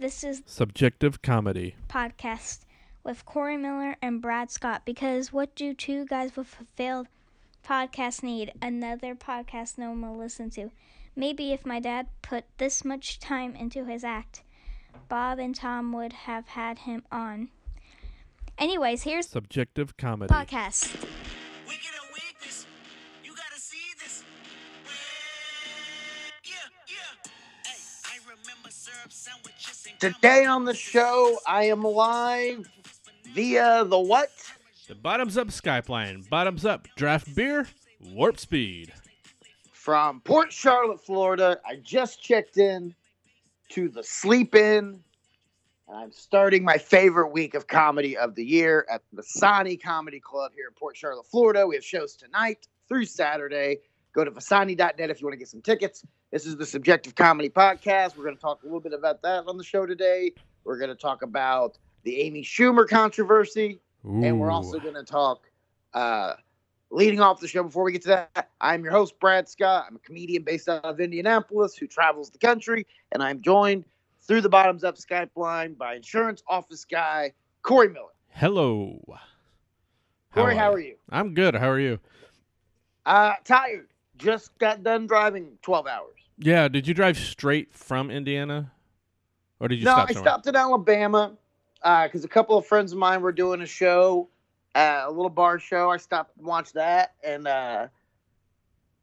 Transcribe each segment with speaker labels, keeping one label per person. Speaker 1: This is
Speaker 2: Subjective comedy.
Speaker 1: podcast with Corey Miller and Brad Scott because what do two guys with a failed podcast need? Another podcast no one will listen to. Maybe if my dad put this much time into his act, Bob and Tom would have had him on. Anyways, here's the
Speaker 2: Subjective comedy.
Speaker 1: podcast.
Speaker 3: We get a weakness. You gotta see this. Yeah, yeah. Hey, I remember syrup sandwiches and
Speaker 4: Today on the show, I am live via the what?
Speaker 2: The Bottoms Up Skype line. Bottoms Up Draft Beer. Warp Speed.
Speaker 4: From Port Charlotte, Florida. I just checked in to the Sleep In, and I'm starting my favorite week of comedy of the year at the Vasani Comedy Club here in Port Charlotte, Florida. We have shows tonight through Saturday. Go to Vasani.net if you want to get some tickets. This is the Subjective Comedy Podcast. We're going to talk a little bit about that on the show today. We're going to talk about the Amy Schumer controversy. And we're also going to talk, uh, leading off the show before we get to that, I'm your host, Brad Scott. I'm a comedian based out of Indianapolis who travels the country. And I'm joined through the Bottoms Up Skype line by insurance office guy, Corey Miller.
Speaker 2: Hello.
Speaker 4: Corey, how are you?
Speaker 2: I'm good. How are you?
Speaker 4: Uh, tired. Just got done driving 12 hours.
Speaker 2: Yeah. Did you drive straight from Indiana, or did you
Speaker 4: no,
Speaker 2: stop
Speaker 4: I
Speaker 2: somewhere?
Speaker 4: stopped in Alabama because a couple of friends of mine were doing a show, uh, a little bar show. I stopped and watched that, and uh,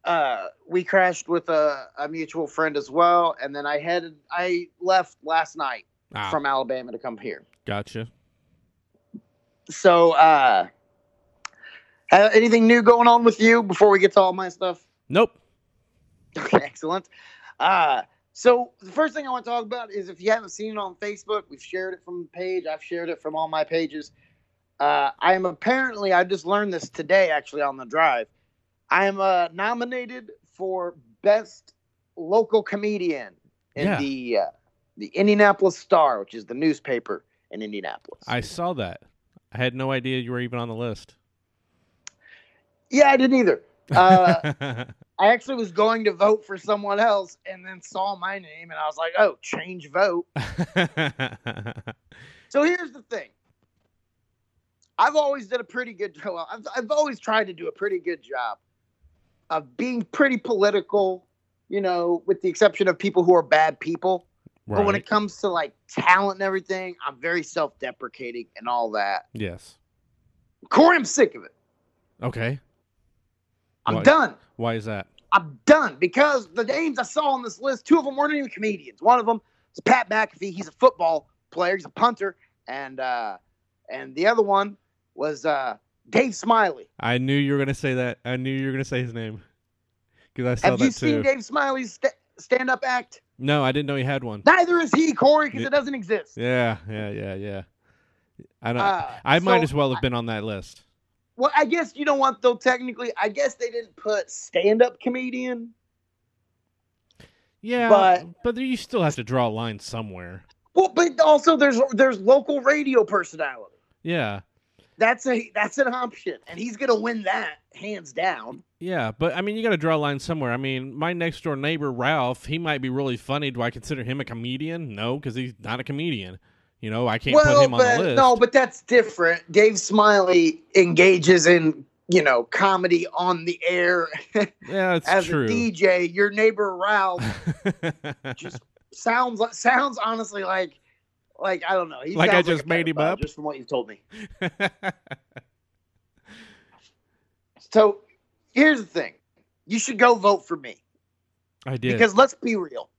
Speaker 4: uh, we crashed with a, a mutual friend as well. And then I headed, I left last night
Speaker 2: Ah,
Speaker 4: from Alabama to come here.
Speaker 2: gotcha.
Speaker 4: So, uh, uh, anything new going on with you before we get to all my stuff?
Speaker 2: Nope.
Speaker 4: Okay, excellent. Uh, so the first thing I want to talk about is if you haven't seen it on Facebook, we've shared it from the page. I've shared it from all my pages. Uh, I am apparently I just learned this today actually on the drive. I am uh, nominated for best local comedian in
Speaker 2: Yeah.
Speaker 4: the uh, the Indianapolis Star, which is the newspaper in Indianapolis.
Speaker 2: I saw that. I had no idea you were even on the list.
Speaker 4: yeah, I didn't either. Uh, I actually was going to vote for someone else and then saw my name and I was like, oh, change vote. So here's the thing. I've always did a pretty good job. I've, I've always tried to do a pretty good job of being pretty political, you know, with the exception of people who are bad people. But when
Speaker 2: Right.
Speaker 4: it comes to like talent and everything, I'm very self deprecating and all that.
Speaker 2: yes.
Speaker 4: Corey, I'm sick of it.
Speaker 2: Okay.
Speaker 4: I'm
Speaker 2: Right.
Speaker 4: done.
Speaker 2: Why is that?
Speaker 4: I'm done because the names I saw on this list, two of them weren't even comedians. One of them is Pat McAfee. He's a football player. He's a punter, and uh, and the other one was uh, Dave Smiley.
Speaker 2: I knew you were gonna say that. I knew you were gonna say his name because I saw
Speaker 4: Have
Speaker 2: that
Speaker 4: you
Speaker 2: too.
Speaker 4: seen Dave Smiley's st- stand-up act?
Speaker 2: No, I didn't know he had one.
Speaker 4: Neither is he, Corey, because
Speaker 2: Yeah.
Speaker 4: it doesn't exist.
Speaker 2: Yeah, yeah, yeah, yeah. I don't.
Speaker 4: Uh,
Speaker 2: I might
Speaker 4: so-
Speaker 2: as well have been on that list.
Speaker 4: Well, I guess you know what though. Technically, I guess they didn't put stand-up comedian.
Speaker 2: Yeah,
Speaker 4: but-
Speaker 2: but you still have to draw a line somewhere.
Speaker 4: Well, but also there's there's local radio personality.
Speaker 2: Yeah,
Speaker 4: That's a that's an option, and he's gonna win that hands down.
Speaker 2: yeah, but I mean, you got to draw a line somewhere. I mean, my next door neighbor Ralph, he might be really funny. Do I consider him a comedian? No, because he's not a comedian. You know, I can't put him on
Speaker 4: but,
Speaker 2: the list.
Speaker 4: No, but that's different. Dave Smiley engages in, you know, comedy on the air
Speaker 2: yeah, it's
Speaker 4: as
Speaker 2: true.
Speaker 4: a DJ. Your neighbor Ralph just sounds like sounds honestly like like I don't know. He
Speaker 2: Like I
Speaker 4: sounds
Speaker 2: just
Speaker 4: a
Speaker 2: made him
Speaker 4: pedophile,
Speaker 2: up?
Speaker 4: just from what you've told me. So here's the thing. You should go vote for me.
Speaker 2: I did.
Speaker 4: Because let's be real.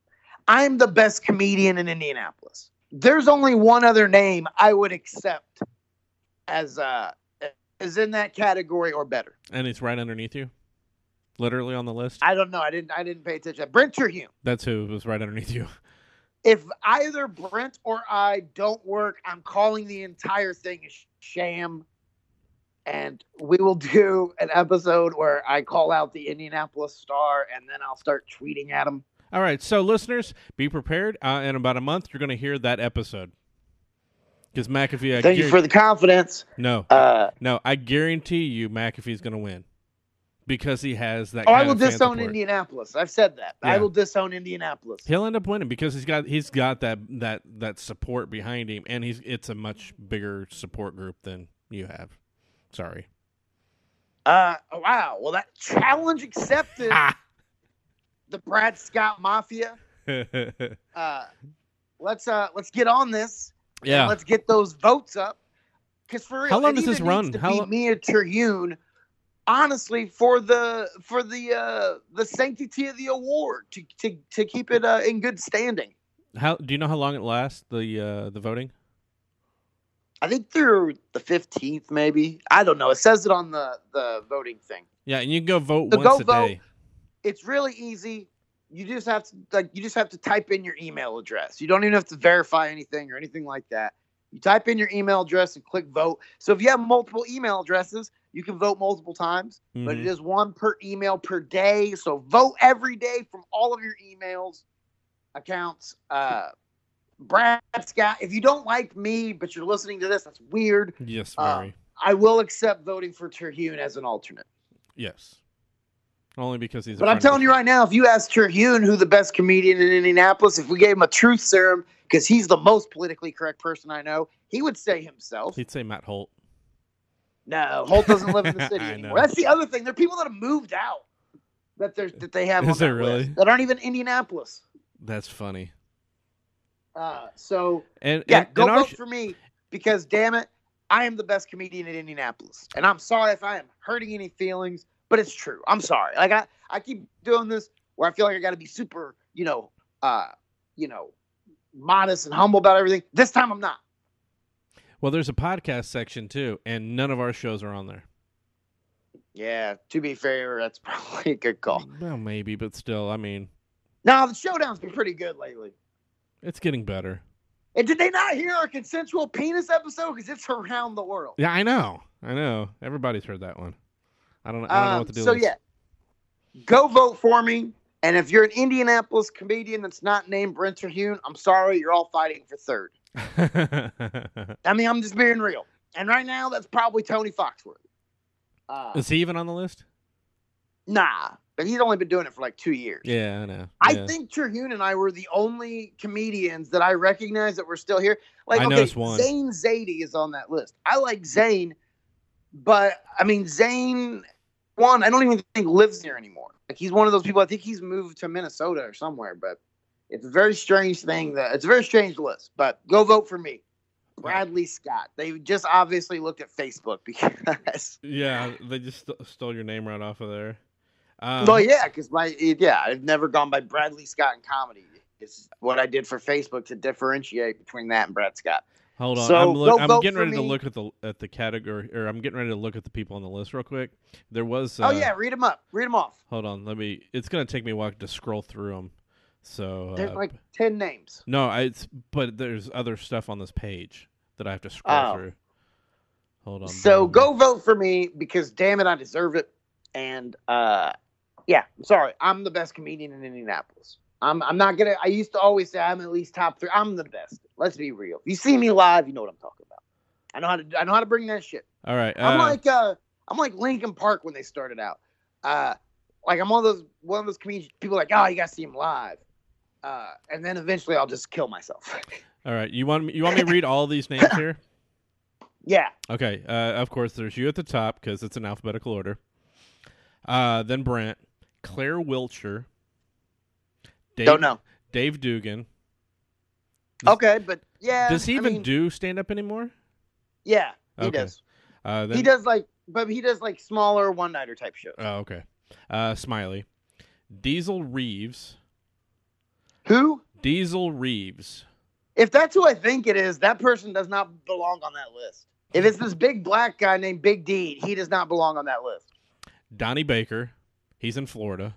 Speaker 4: I'm the best comedian in Indianapolis. There's only one other name I would accept as uh as in that category or better.
Speaker 2: and it's right underneath you, literally on the list.
Speaker 4: I don't know. I didn't I didn't pay attention. Brent Terhune.
Speaker 2: That's who was right underneath you.
Speaker 4: If either Brent or I don't work, I'm calling the entire thing a sh- sham. And we will do an episode where I call out the Indianapolis Star and then I'll start tweeting at him.
Speaker 2: All right, so listeners, be prepared. Uh, in about a month, you're going to hear that episode. Because McAfee, I
Speaker 4: Thank you
Speaker 2: guar-
Speaker 4: for the confidence.
Speaker 2: no,
Speaker 4: Uh,
Speaker 2: no, I guarantee you, McAfee's going to win. because he has that.
Speaker 4: Oh, I
Speaker 2: kind
Speaker 4: will
Speaker 2: of fan
Speaker 4: disown
Speaker 2: support.
Speaker 4: Indianapolis. I've said that. I
Speaker 2: Yeah.
Speaker 4: will disown Indianapolis.
Speaker 2: He'll end up winning because he's got he's got that that that support behind him, and he's it's a much bigger support group than you have. Sorry.
Speaker 4: Uh, oh, wow. Well, that challenge accepted.
Speaker 2: Ah.
Speaker 4: the Brad Scott Mafia.
Speaker 2: yeah.
Speaker 4: Uh, let's uh, let's get on this. and let's get those votes up. Because for real,
Speaker 2: How long
Speaker 4: it
Speaker 2: does
Speaker 4: either
Speaker 2: this run?
Speaker 4: needs To
Speaker 2: How
Speaker 4: be
Speaker 2: lo-
Speaker 4: me or Terhune, honestly, for the for the uh, the sanctity of the award to to, to keep it uh, in good standing.
Speaker 2: How do you know how long it lasts the uh, the voting?
Speaker 4: I think through the fifteenth, maybe. I don't know. It says it on the the voting thing.
Speaker 2: Yeah, and you can go vote
Speaker 4: So
Speaker 2: once
Speaker 4: go
Speaker 2: a
Speaker 4: vote.
Speaker 2: day.
Speaker 4: It's really easy. You just have to like you just have to type in your email address. You don't even have to verify anything or anything like that. You type in your email address and click vote. So if you have multiple email addresses, you can vote multiple times. but it
Speaker 2: Mhm.
Speaker 4: is one per email per day. So vote every day from all of your emails, accounts. Uh, Brad Scott, if you don't like me, but you're listening to this, that's weird.
Speaker 2: Yes,
Speaker 4: uh,
Speaker 2: very.
Speaker 4: I will accept voting for Terhune as an alternate.
Speaker 2: yes. Only because he's. a
Speaker 4: But I'm
Speaker 2: friend of
Speaker 4: telling
Speaker 2: the-
Speaker 4: you right now, if you ask Terhune who the best comedian in Indianapolis, if we gave him a truth serum, because he's the most politically correct person I know, he would say himself.
Speaker 2: he'd say Matt Holt.
Speaker 4: No, Holt doesn't live in the city
Speaker 2: I
Speaker 4: anymore.
Speaker 2: know.
Speaker 4: That's the other thing. There are people that have moved out that there's that they have
Speaker 2: Is
Speaker 4: on that
Speaker 2: there really?
Speaker 4: list that aren't even Indianapolis.
Speaker 2: That's funny.
Speaker 4: Uh, so
Speaker 2: And
Speaker 4: yeah,
Speaker 2: and,
Speaker 4: go
Speaker 2: and our
Speaker 4: vote
Speaker 2: sh-
Speaker 4: for me because damn it, I am the best comedian in Indianapolis, and I'm sorry if I am hurting any feelings, but it's true. I'm sorry. Like I, I keep doing this where I feel like I got to be super, you know, uh, you know, modest and humble about everything. This time I'm not.
Speaker 2: well, there's a podcast section too, and none of our shows are on there.
Speaker 4: Yeah, to be fair, that's probably a good call.
Speaker 2: Well, maybe, but still, I mean,
Speaker 4: Now the showdown's been pretty good lately.
Speaker 2: it's getting better.
Speaker 4: And did they not hear our consensual penis episode? Because it's around the world.
Speaker 2: Yeah, I know. I know. Everybody's heard that one. I don't. I don't know
Speaker 4: Um,
Speaker 2: what to do.
Speaker 4: so yeah, go vote for me. And if you're an Indianapolis comedian that's not named Brent Terhune, I'm sorry, you're all fighting for third.
Speaker 2: yeah.
Speaker 4: I mean, I'm just being real. And right now, that's probably Tony Foxworth. Uh,
Speaker 2: Is he even on the list?
Speaker 4: nah, but he's only been doing it for like two years.
Speaker 2: Yeah, I know.
Speaker 4: I
Speaker 2: Yeah.
Speaker 4: think Terhune and I were the only comedians that I recognize that were still here. Like,
Speaker 2: I
Speaker 4: okay,
Speaker 2: noticed one.
Speaker 4: Zane Zadie is on that list. I like Zane, but I mean, Zane, one, I don't even think lives here anymore. Like, he's one of those people, I think he's moved to Minnesota or somewhere, but it's a very strange thing. That It's a very strange list, but go vote for me. Bradley Scott. They just obviously looked at Facebook because,
Speaker 2: Yeah, they just st- stole your name right off of there. Um,
Speaker 4: well, yeah, because my, eh, yeah, I've never gone by Bradley Scott in comedy. It's what I did for Facebook to differentiate between that and Brad Scott.
Speaker 2: Hold on,
Speaker 4: So,
Speaker 2: I'm,
Speaker 4: go
Speaker 2: look, I'm
Speaker 4: vote
Speaker 2: getting
Speaker 4: for
Speaker 2: ready to
Speaker 4: me.
Speaker 2: look at the at the category, or I'm getting ready to look at the people on the list real quick. There was. Uh,
Speaker 4: oh, yeah, read them up. Read them off.
Speaker 2: Hold on, let me. It's gonna take me a while to scroll through them. So.
Speaker 4: There's
Speaker 2: uh,
Speaker 4: like 10 names.
Speaker 2: no, I, it's but there's other stuff on this page that I have to scroll
Speaker 4: Oh.
Speaker 2: through. Hold on.
Speaker 4: So
Speaker 2: bear
Speaker 4: go vote for me because damn it, I deserve it. And uh, yeah, I'm sorry. I'm the best comedian in Indianapolis. I'm, I'm not gonna. I used to always say I'm at least top three. I'm the best. Let's be real. If you see me live, you know what I'm talking about. I know how to. I know how to bring that shit.
Speaker 2: All right.
Speaker 4: I'm
Speaker 2: uh,
Speaker 4: like uh, I'm like Lincoln Park when they started out. Uh, like I'm one of those one of those comedians. People like, oh, you gotta see him live. Uh, and then eventually I'll just kill myself.
Speaker 2: All right. You want me, you want me to read all these names here?
Speaker 4: yeah.
Speaker 2: Okay. Uh, of course, there's you at the top because it's in alphabetical order. Uh, then Brent, Claire Wiltshire, Dave,
Speaker 4: Don't know.
Speaker 2: Dave Dugan. Does-
Speaker 4: Okay, but yeah.
Speaker 2: does he
Speaker 4: I
Speaker 2: even
Speaker 4: mean,
Speaker 2: do stand up anymore?
Speaker 4: Yeah, he
Speaker 2: Okay.
Speaker 4: does.
Speaker 2: Uh, then,
Speaker 4: he does like, but he does like smaller one nighter type shows.
Speaker 2: Oh, okay. Uh, Smiley, Diesel Reeves,
Speaker 4: who,
Speaker 2: Diesel Reeves.
Speaker 4: if that's who I think it is, that person does not belong on that list. If it's this big black guy named Big D, he does not belong on that list.
Speaker 2: Donnie Baker. He's in Florida.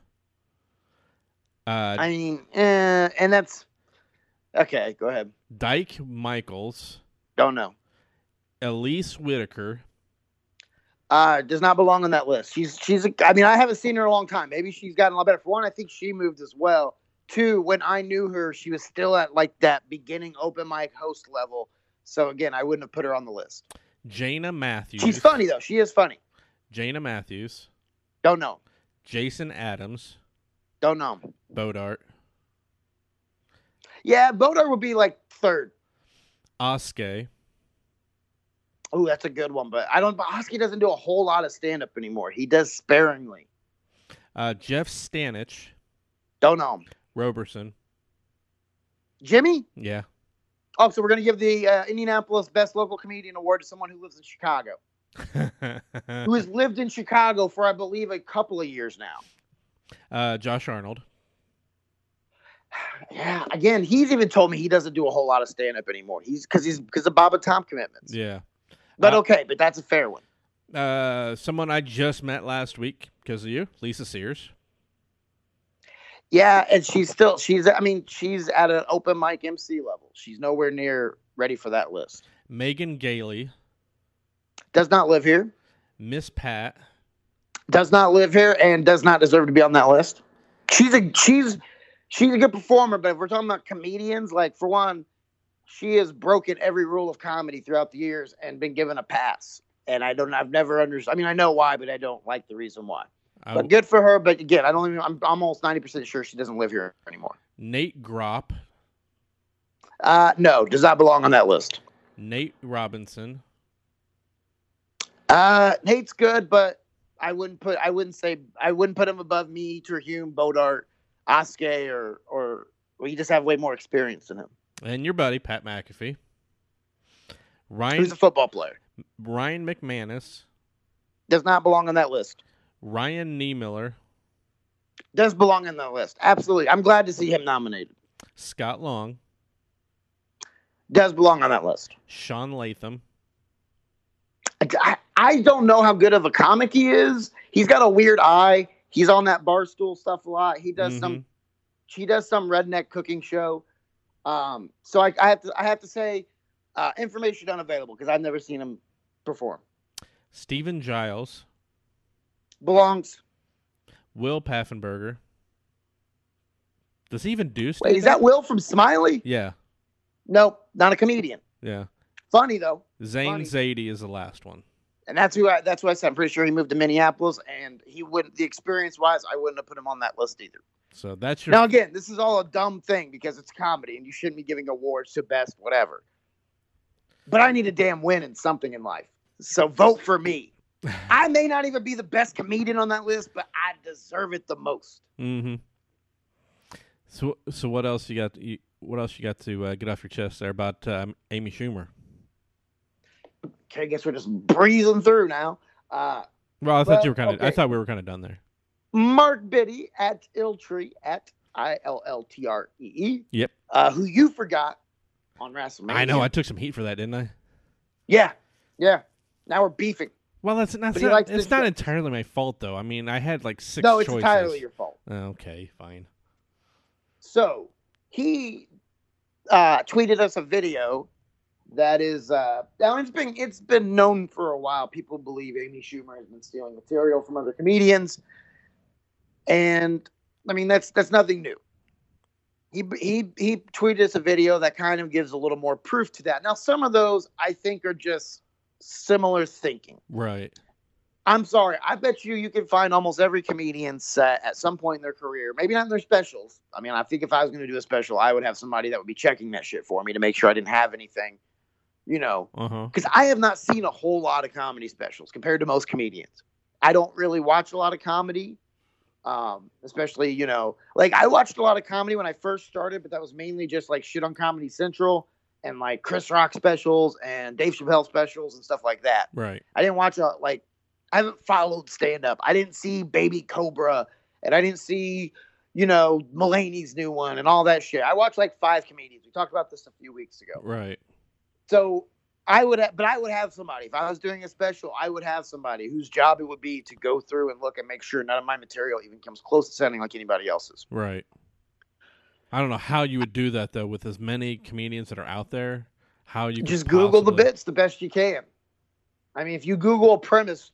Speaker 2: Uh,
Speaker 4: I mean, eh, and that's okay. Go ahead.
Speaker 2: Dyke Michaels.
Speaker 4: Don't know.
Speaker 2: Elise Whitaker.
Speaker 4: Uh, does not belong on that list. She's she's. A, I mean, I haven't seen her in a long time. Maybe she's gotten a lot better. For one, I think she moved as well. Two, when I knew her, she was still at like that beginning open mic host level. So again, I wouldn't have put her on the list.
Speaker 2: Jana Matthews.
Speaker 4: She's funny though. She is funny.
Speaker 2: Jana Matthews.
Speaker 4: Don't know.
Speaker 2: Jason Adams,
Speaker 4: Don't know.
Speaker 2: Bodart,
Speaker 4: Yeah, Bodar would be like third.
Speaker 2: Oskay.
Speaker 4: Oh, that's a good one, but I don't. But Oski doesn't do a whole lot of stand up anymore. He does sparingly.
Speaker 2: uh, Jeff Stanich,
Speaker 4: Don't know.
Speaker 2: Roberson.
Speaker 4: Jimmy.
Speaker 2: Yeah.
Speaker 4: Oh, so we're gonna give the uh, Indianapolis Best Local Comedian Award to someone who lives in Chicago, who has lived in Chicago for I believe a couple of years now.
Speaker 2: uh, Josh Arnold.
Speaker 4: Yeah. Again, he's even told me he doesn't do a whole lot of stand up anymore. He's because he's because of Baba Tom commitments.
Speaker 2: Yeah.
Speaker 4: But
Speaker 2: Uh,
Speaker 4: okay, but that's a fair one.
Speaker 2: Uh, someone I just met last week because of you, Lisa Sears.
Speaker 4: Yeah, and she's still she's I mean she's at an open mic MC level. She's nowhere near ready for that list.
Speaker 2: Megan Gailey,
Speaker 4: Does not live here.
Speaker 2: Miss Pat,
Speaker 4: does not live here and does not deserve to be on that list. She's a she's she's a good performer, but if we're talking about comedians, like for one, she has broken every rule of comedy throughout the years and been given a pass. And I don't I've never understood. I mean, I know why, but I don't like the reason why.
Speaker 2: I-
Speaker 4: But good for her. But again, I don't even. I'm almost ninety percent sure she doesn't live here anymore.
Speaker 2: Nate Gropp,
Speaker 4: Uh, no, does not belong on that list.
Speaker 2: Nate Robinson,
Speaker 4: Uh, Nate's good, but I wouldn't put I wouldn't say I wouldn't put him above me, Terhune, Bodart, Oskay, or or well, you just have way more experience than him.
Speaker 2: and your buddy Pat McAfee.
Speaker 4: Who's
Speaker 2: Ryan
Speaker 4: a football player?
Speaker 2: Ryan McManus,
Speaker 4: Does not belong on that list.
Speaker 2: Ryan Niemiller,
Speaker 4: Does belong in that list. Absolutely. I'm glad to see him nominated.
Speaker 2: Scott Long,
Speaker 4: Does belong on that list.
Speaker 2: Sean Latham,
Speaker 4: I- I, I don't know how good of a comic he is. He's got a weird eye. He's on that barstool stuff a lot. He does some
Speaker 2: Mhm.
Speaker 4: she does some redneck cooking show. Um, so I, I have to I have to say, uh, information unavailable because I've never seen him perform.
Speaker 2: Stephen Giles,
Speaker 4: Belongs.
Speaker 2: Will Paffenberger. Does he even do
Speaker 4: Wait,
Speaker 2: stand
Speaker 4: is that Will from Smiley?
Speaker 2: Yeah,
Speaker 4: Nope, not a comedian.
Speaker 2: yeah.
Speaker 4: Funny though,
Speaker 2: Zane
Speaker 4: Funny.
Speaker 2: Zadie is the last one.
Speaker 4: and that's who I, that's who I said. I'm pretty sure he moved to Minneapolis, and he wouldn't. The experience wise, I wouldn't have put him on that list either.
Speaker 2: So that's your
Speaker 4: Now again, this is all a dumb thing because it's comedy, and you shouldn't be giving awards to best whatever. But I need a damn win in something in life, so vote for me. I may not even be the best comedian on that list, but I deserve it the most.
Speaker 2: Mm-hmm. So so what else you got? You, what else you got to uh, get off your chest there about um, Amy Schumer?
Speaker 4: Okay, I guess we're just breezing through now. Uh,
Speaker 2: Well, I thought
Speaker 4: Well,
Speaker 2: you were kind of. I
Speaker 4: okay.
Speaker 2: thought we were kind of done there.
Speaker 4: Mark Biddy at Iltree at I L L T R E E.
Speaker 2: Yep.
Speaker 4: Uh, who you forgot on WrestleMania?
Speaker 2: I know. I took some heat for that, didn't I?
Speaker 4: yeah, yeah. Now we're beefing.
Speaker 2: Well, that's not.
Speaker 4: But he
Speaker 2: Not,
Speaker 4: likes
Speaker 2: it's
Speaker 4: this
Speaker 2: not
Speaker 4: show.
Speaker 2: entirely my fault, though. I mean, I had like six.
Speaker 4: no, it's
Speaker 2: choices. Oh,
Speaker 4: entirely your fault.
Speaker 2: Okay, fine.
Speaker 4: So he uh, tweeted us a video that is uh, now it's been it's been known for a while. People believe Amy Schumer has been stealing material from other comedians, and I mean that's that's nothing new. He he he tweeted us a video that kind of gives a little more proof to that. Now some of those I think are just similar thinking.
Speaker 2: Right.
Speaker 4: I'm sorry. I bet you you can find almost every comedian set at some point in their career. Maybe not in their specials. I mean, I think if I was going to do a special, I would have somebody that would be checking that shit for me to make sure I didn't have anything, you know.
Speaker 2: Uh huh.
Speaker 4: Because I have not seen a whole lot of comedy specials compared to most comedians. I don't really watch a lot of comedy, um, especially you know, like I watched a lot of comedy when I first started, but that was mainly just like shit on Comedy Central and like Chris Rock specials and Dave Chappelle specials and stuff like that.
Speaker 2: Right.
Speaker 4: I didn't watch a like I haven't followed stand up. I didn't see Baby Cobra and I didn't see, you know, Mulaney's new one and all that shit. I watched like five comedians. We talked about this a few weeks ago.
Speaker 2: Right.
Speaker 4: So I would have, but I would have somebody. If I was doing a special, I would have somebody whose job it would be to go through and look and make sure none of my material even comes close to sounding like anybody else's.
Speaker 2: Right. I don't know how you would do that though, with as many comedians that are out there. How you could
Speaker 4: Just Google the
Speaker 2: possibly-
Speaker 4: bits the best you can. I mean, if you Google a premise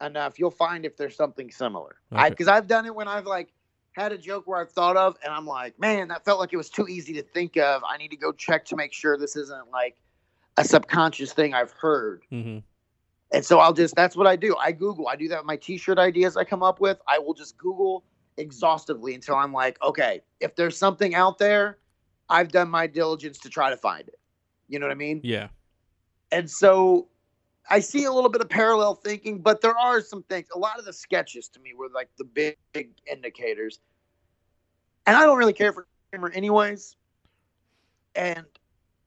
Speaker 4: enough, you'll find if there's something similar. I
Speaker 2: Okay.
Speaker 4: because I've done it when I've like had a joke where I've thought of and I'm like, man, that felt like it was too easy to think of. I need to go check to make sure this isn't like a subconscious thing I've heard.
Speaker 2: Mhm.
Speaker 4: And so I'll just that's what I do. I Google. I do that with my t-shirt ideas I come up with. I will just Google exhaustively until I'm like, okay, if there's something out there, I've done my diligence to try to find it. You know what I mean?
Speaker 2: Yeah.
Speaker 4: And so I see a little bit of parallel thinking, but there are some things. A lot of the sketches to me were like the big, big indicators. And I don't really care for humor anyways. And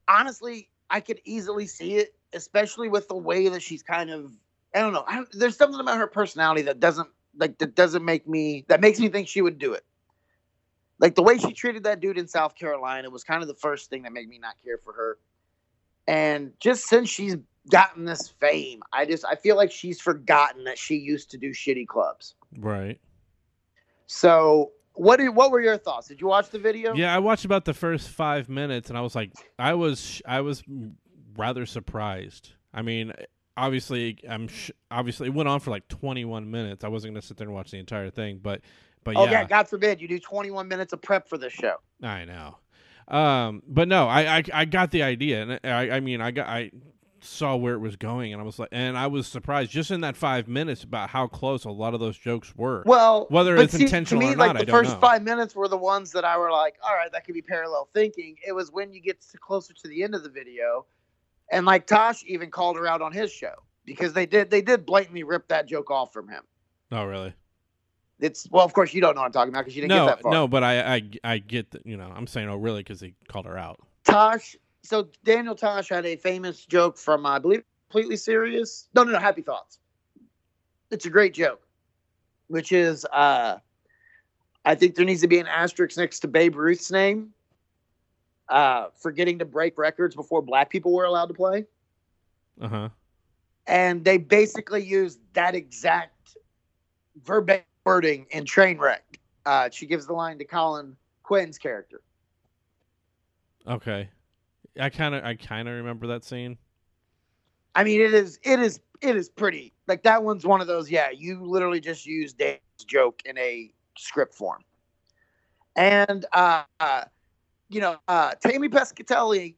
Speaker 4: honestly, I could easily see it, especially with the way that she's kind of I don't know. I don't, there's something about her personality that doesn't like that doesn't make me that makes me think she would do it. Like the way she treated that dude in South Carolina was kind of the first thing that made me not care for her. And just since she's gotten this fame, I just I feel like she's forgotten that she used to do shitty clubs.
Speaker 2: Right.
Speaker 4: So what did, what were your thoughts? Did you watch the video?
Speaker 2: Yeah, I watched about the first five minutes, and I was like, I was, I was rather surprised. I mean, obviously, I'm sh- obviously it went on for like 21 minutes. I wasn't gonna sit there and watch the entire thing, but, but
Speaker 4: Oh yeah.
Speaker 2: yeah,
Speaker 4: God forbid you do 21 minutes of prep for this show.
Speaker 2: I know. Um, but no, I, I I got the idea, and I I mean I got I saw where it was going, and I was like, and I was surprised just in that five minutes about how close a lot of those jokes were.
Speaker 4: Well,
Speaker 2: Whether
Speaker 4: but
Speaker 2: it's
Speaker 4: see,
Speaker 2: intentional
Speaker 4: to me,
Speaker 2: or
Speaker 4: like
Speaker 2: not,
Speaker 4: the
Speaker 2: I don't
Speaker 4: first
Speaker 2: know.
Speaker 4: five minutes were the ones that I were like, all right, that could be parallel thinking. It was when you get to- closer to the end of the video, and like Tosh even called her out on his show because they did they did blatantly rip that joke off from him.
Speaker 2: oh really?
Speaker 4: It's well, of course you don't know what I'm talking about because you didn't
Speaker 2: No,
Speaker 4: get that far.
Speaker 2: no, but I I I get that. You know, I'm saying oh really because he called her out.
Speaker 4: Tosh. So Daniel Tosh had a famous joke from I believe completely serious. No, no, no. Happy thoughts. It's a great joke, which is uh, I think there needs to be an asterisk next to Babe Ruth's name uh, for getting to break records before black people were allowed to play,
Speaker 2: Uh huh.
Speaker 4: and they basically used that exact verbatim wording in Trainwreck. Uh, she gives the line to Colin Quinn's character.
Speaker 2: Okay. I kind of I kind of remember that scene.
Speaker 4: I mean, it is, it is, it is pretty. Like that one's one of those. Yeah, you literally just use Dave's joke in a script form. And uh, uh, you know, uh, Tammy Pescatelli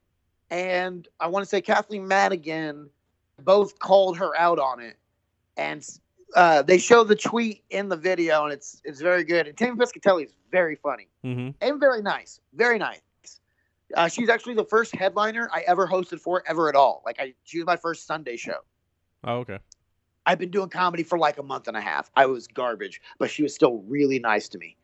Speaker 4: and I want to say Kathleen Madigan both called her out on it, and uh, they show the tweet in the video, and it's it's very good. And Tammy Pescatelli is very funny
Speaker 2: Mm-hmm.
Speaker 4: and very nice, very nice. Uh, she's actually the first headliner I ever hosted for ever at all. Like I, she was my first Sunday show.
Speaker 2: Oh okay.
Speaker 4: I've been doing comedy for like a month and a half. I was garbage, but she was still really nice to me.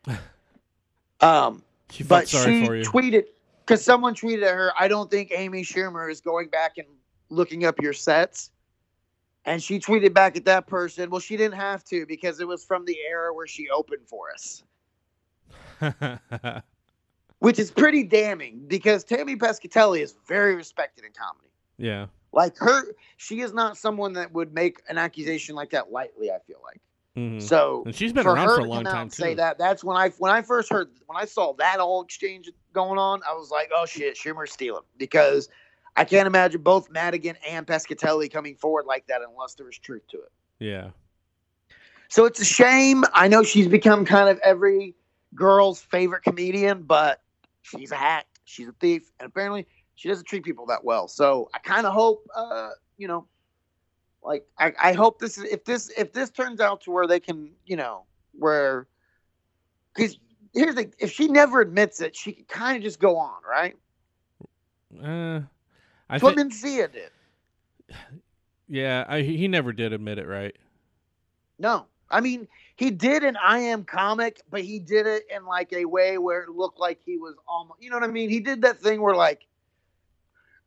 Speaker 4: um,
Speaker 2: She felt
Speaker 4: but
Speaker 2: sorry
Speaker 4: she
Speaker 2: for you.
Speaker 4: tweeted because someone tweeted at her, "I don't think Amy Schumer is going back and looking up your sets." And she tweeted back at that person, "Well, she didn't have to because it was from the era where she opened for us." which is pretty damning because Tammy Pescatelli is very respected in comedy.
Speaker 2: yeah.
Speaker 4: Like her, she is not someone that would make an accusation like that lightly. I feel like
Speaker 2: hmm
Speaker 4: so.
Speaker 2: And she's been
Speaker 4: for
Speaker 2: around
Speaker 4: her
Speaker 2: for a
Speaker 4: to
Speaker 2: long
Speaker 4: come out
Speaker 2: time
Speaker 4: and
Speaker 2: too.
Speaker 4: say that that's when I when I first heard when I saw that all exchange going on, I was like, oh shit, Schumer's stealing because I can't imagine both Madigan and Pescatelli coming forward like that unless there was truth to it.
Speaker 2: Yeah.
Speaker 4: So it's a shame. I know she's become kind of every girl's favorite comedian, but she's a hack. She's a thief, and apparently she doesn't treat people that well. So I kind of hope, uh, you know, like I, I hope this is if this if this turns out to where they can, you know, where because here's the if she never admits it, she can kind of just go on, right?
Speaker 2: Uh, I
Speaker 4: That's what
Speaker 2: think.
Speaker 4: Mencia did.
Speaker 2: Yeah, I, he never did admit it, right?
Speaker 4: No. I mean, he did an I am comic, but he did it in like a way where it looked like he was almost, you know what I mean? He did that thing where like,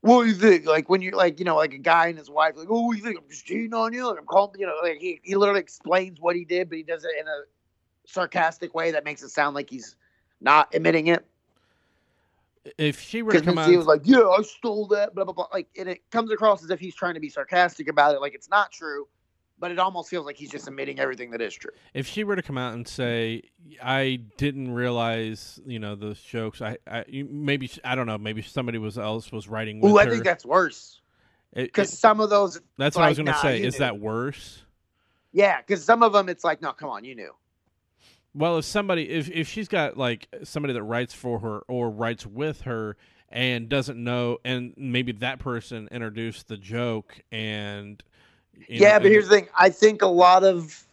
Speaker 4: what do you think? Like when you're like, you know, like a guy and his wife, like, oh, what do you think? I'm just cheating on you. Like, I'm calling, you know, like he, he literally explains what he did, but he does it in a sarcastic way that makes it sound like he's not admitting it.
Speaker 2: If she were to
Speaker 4: Because
Speaker 2: come
Speaker 4: he was
Speaker 2: on,
Speaker 4: like, yeah, I stole that, blah, blah, blah. Like, and it comes across as if he's trying to be sarcastic about it. Like it's not true, but it almost feels like he's just admitting everything that is true.
Speaker 2: if she were to come out and say, "I didn't realize," you know, the jokes. I, I you- maybe sh- I don't know. Maybe somebody was else was writing with
Speaker 4: Ooh,
Speaker 2: her.
Speaker 4: I think that's worse
Speaker 2: It- it-
Speaker 4: because some of those,
Speaker 2: that's what I was
Speaker 4: like,
Speaker 2: gonna
Speaker 4: nah,
Speaker 2: say.
Speaker 4: you
Speaker 2: Is
Speaker 4: knew.
Speaker 2: that worse?
Speaker 4: yeah, because some of them, it's like, no, come on, you knew.
Speaker 2: Well, if somebody, if if she's got like somebody that writes for her or writes with her and doesn't know, and maybe that person introduced the joke and you
Speaker 4: yeah,
Speaker 2: know,
Speaker 4: but
Speaker 2: and-
Speaker 4: here's the thing. I think a lot of,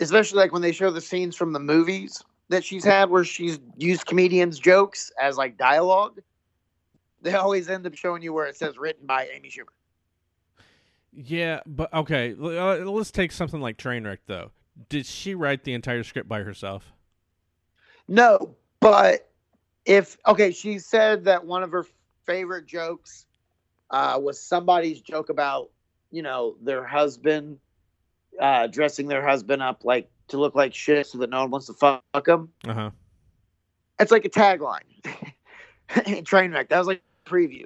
Speaker 4: especially like when they show the scenes from the movies that she's had where she's used comedians' jokes as like dialogue, they always end up showing you where it says written by Amy Schumer.
Speaker 2: yeah, but okay. l- uh, Let's take something like Trainwreck though. Did she write the entire script by herself?
Speaker 4: No, but if, okay, she said that one of her favorite jokes uh, was somebody's joke about, you know, their husband, uh, dressing their husband up like to look like shit so that no one wants to fuck him.
Speaker 2: Uh huh.
Speaker 4: It's like a tagline. Trainwreck. That was like a preview.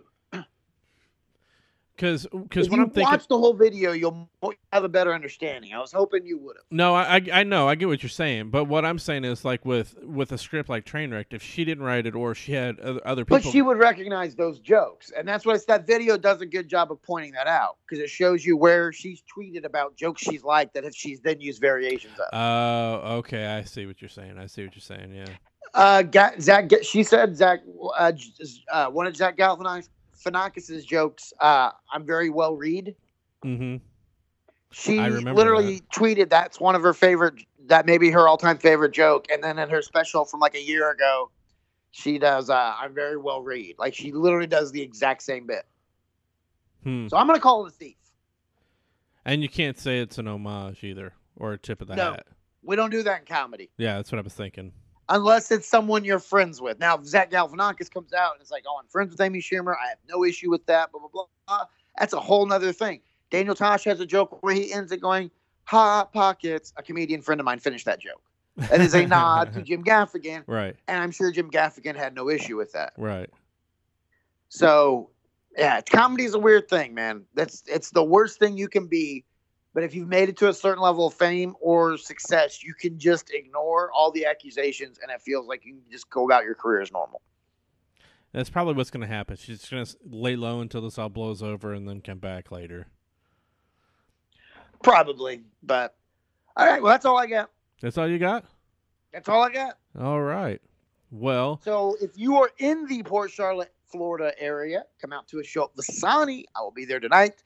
Speaker 2: Because
Speaker 4: If
Speaker 2: when
Speaker 4: you
Speaker 2: I'm thinking,
Speaker 4: watch the whole video, you'll mo- have a better understanding. I was hoping you would have.
Speaker 2: No, I, I I know I get what you're saying, but what I'm saying is like with with a script like Trainwreck, if she didn't write it or she had other, other people,
Speaker 4: But she would recognize those jokes, and that's what it's, that video does a good job of pointing that out because it shows you where she's tweeted about jokes she's liked that if she's then used variations of.
Speaker 2: Oh, okay, I see what you're saying. I see what you're saying. Yeah,
Speaker 4: Uh, Ga- Zach, Ga- she said Zach, uh, j- uh, one of Zach Galifianakis's jokes. Uh, I'm very well read.
Speaker 2: mm-hmm.
Speaker 4: She
Speaker 2: I remember
Speaker 4: literally tweeted that's one of her favorite, that may be her all time favorite joke. And then in her special from like a year ago, she does, uh, I'm very well read. Like she literally does the exact same bit.
Speaker 2: Hmm.
Speaker 4: So I'm going to call it a thief.
Speaker 2: And you can't say it's an homage either or a tip of the
Speaker 4: No.
Speaker 2: hat.
Speaker 4: We don't do that in comedy
Speaker 2: Yeah, that's what I was thinking.
Speaker 4: unless it's someone you're friends with. Now, if Zach Galifianakis comes out and it's like, oh, I'm friends with Amy Schumer. I have no issue with that, blah, blah, blah. blah. That's a whole nother thing. Daniel Tosh has a joke where he ends it going, hot pockets. A comedian friend of mine finished that joke. And it's a nod to Jim Gaffigan.
Speaker 2: right,
Speaker 4: and I'm sure Jim Gaffigan had no issue with that.
Speaker 2: right.
Speaker 4: So, yeah, comedy is a weird thing, man. That's it's the worst thing you can be. But if you've made it to a certain level of fame or success, you can just ignore all the accusations, and it feels like you can just go about your career as normal.
Speaker 2: That's probably what's going to happen. She's just going to lay low until this all blows over and then come back later.
Speaker 4: Probably, but all right. Well, that's all I got.
Speaker 2: That's all you got.
Speaker 4: That's all I got.
Speaker 2: All right. Well,
Speaker 4: So, if you are in the Port Charlotte, Florida area, come out to a show at Vasani. I will be there tonight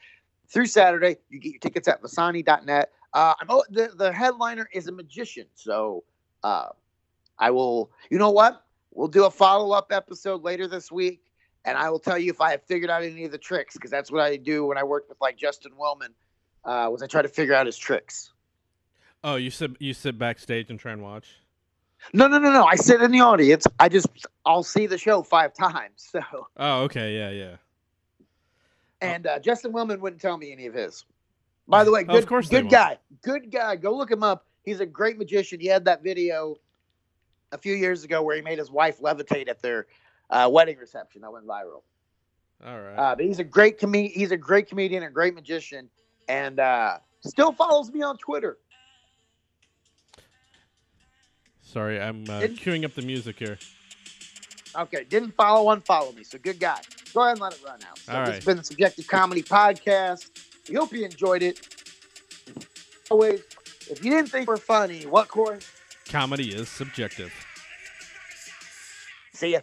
Speaker 4: through Saturday. You get your tickets at Vasani.net. Uh, I'm oh, the the headliner is a magician, so uh, I will. You know what? We'll do a follow up episode later this week, and I will tell you if I have figured out any of the tricks because that's what I do when I worked with like Justin Wellman. Uh, was I try to figure out his tricks?
Speaker 2: oh, you sit you sit backstage and try and watch.
Speaker 4: No, no, no, no. I sit in the audience. I just I'll see the show five times. So.
Speaker 2: Oh, okay, yeah, yeah.
Speaker 4: And uh, Justin Willman wouldn't tell me any of his. By the way,
Speaker 2: Oh,
Speaker 4: good,
Speaker 2: of course they
Speaker 4: good
Speaker 2: won't.
Speaker 4: guy. Good guy. Go look him up. He's a great magician. He had that video a few years ago where he made his wife levitate at their uh, wedding reception. That went viral.
Speaker 2: All right.
Speaker 4: Uh, but he's a great com- he's a great comedian, a great magician, and uh, still follows me on Twitter.
Speaker 2: Sorry, I'm uh,
Speaker 4: didn't-
Speaker 2: queuing up the music here.
Speaker 4: Okay, didn't follow, unfollow me. So good guy. Go ahead and let it run out. So
Speaker 2: All
Speaker 4: this
Speaker 2: right.
Speaker 4: has been the Subjective Comedy Podcast. We hope you enjoyed it. Always, if you didn't think we're funny, what Corey?
Speaker 2: Comedy is subjective.
Speaker 4: See ya.